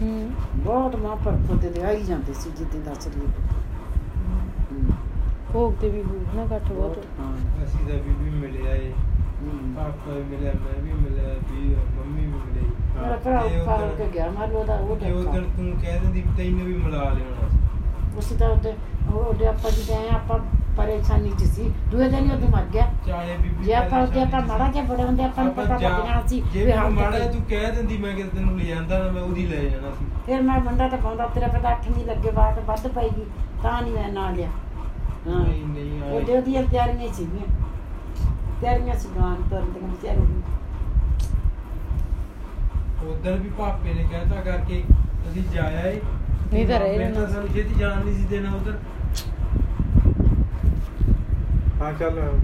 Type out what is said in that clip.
ਹੂੰ ਬਹੁਤ ਮਾਂ ਭਰਪੂਰ ਦੇ ਵਿਆਹੀ ਜਾਂਦੇ ਸੀ ਜਿੱਦੇ ਦੱਸ ਰਹੀ ਭੋਗ ਤੇ ਵੀ ਹੋਊ ਨਾ ਇਕੱਠ ਬਹੁਤ ਅਸੀਂ ਤਾਂ ਬੀਬੀ ਮਿਲਿਆ ਏ ਪਾਪਾ ਵੀ ਮਿਲਿਆ ਮੈਂ ਵੀ ਮਿਲਿਆ ਵੀ ਮੰਮੀ ਵੀ ਮਿਲੀ ਮੇਰਾ ਭਰਾ ਉੱਪਰ ਕੇ ਗਿਆ ਮਾਰ ਉਹਦਾ ਉਹ ਤੇ ਉਹ ਦੇਖਾ ਤੂੰ ਕਹਿ ਦਿੰਦੀ ਵੀ ਤੈਨੂੰ ਵੀ ਮਿਲਾ ਲਿਆਉਣਾ ਸੀ ਉਸੇ ਤਰ੍ਹਾਂ ਉਹਦੇ ਉਹਦੇ ਆਪਾਂ ਜਿੱਦੇ ਆਏ ਆਪਾਂ ਪਰੇਸ਼ਾਨੀ ਚ ਸੀ ਦੂਏ ਦਿਨ ਹੀ ਉਹ ਮਰ ਗਿਆ ਚਾਹੇ ਬੀਬੀ ਜੇ ਆਪਾਂ ਜੇ ਆਪਾਂ ਮਾੜਾ ਜਿਹਾ ਬੜੇ ਹੁੰਦੇ ਆਪਾਂ ਨੂੰ ਪਤਾ ਲੱਗ ਜਾਣਾ ਸੀ ਜੇ ਵੀ ਹਾਂ ਮੈਨੂੰ ਮਾੜਾ ਕਿਤੇ- ਜਿਹਾ ਤੂੰ ਕਹਿ ਦਿੰਦੀ ਮੈਂ ਕਿਸ ਦਿਨ ਨੂੰ ਲੈ ਜਾਂਦਾ ਨਾ ਮੈਂ ਉਹਦੀ ਲੈ ਜਾਣਾ ਸੀ ਫਿਰ ਮੈਂ ਮੁੰਡਾ ਤਾਂ ਪਾਉਂਦਾ ਤੇਰਾ ਪਤਾ ਅੱਠ ਨਹੀਂ ਲੱਗੇ ਬਾਅਦ ਵੱਧ ਪਈਗੀ ਤਾਂ ਨਹੀਂ ਮੈਂ ਨਾਲ ਲਿਆ ਹਾਂ ਨਹੀਂ ਨਹੀਂ ਆਏ। ਉਹਦੇ ਉਹਦੀਆਂ ਤਿਆਰੀਆਂ ਹੀ ਸੀਗੀਆਂ ਤਿਆਰੀਆਂ ਸੀ ਗਾਣ ਤੁਰਨ ਦੀਆਂ ਵਿਚਾਰੇ ਦੀ। ਉਧਰ ਵੀ ਪਾਪੇ ਨੇ ਕਹਿਤਾ ਕਰਕੇ ਅਸੀਂ ਜਾਇਆ ਏ ਨਹੀਂ ਤਾਂ ਰਹਿ ਮੈਂ ਜਾਣਾ ਸਾਨੂੰ ਛੇਤੀ ਜਾਣ ਨਹੀਂ ਸੀ ਦੇਣਾ ਉਧਰ ਹਾਂ ਚੱਲ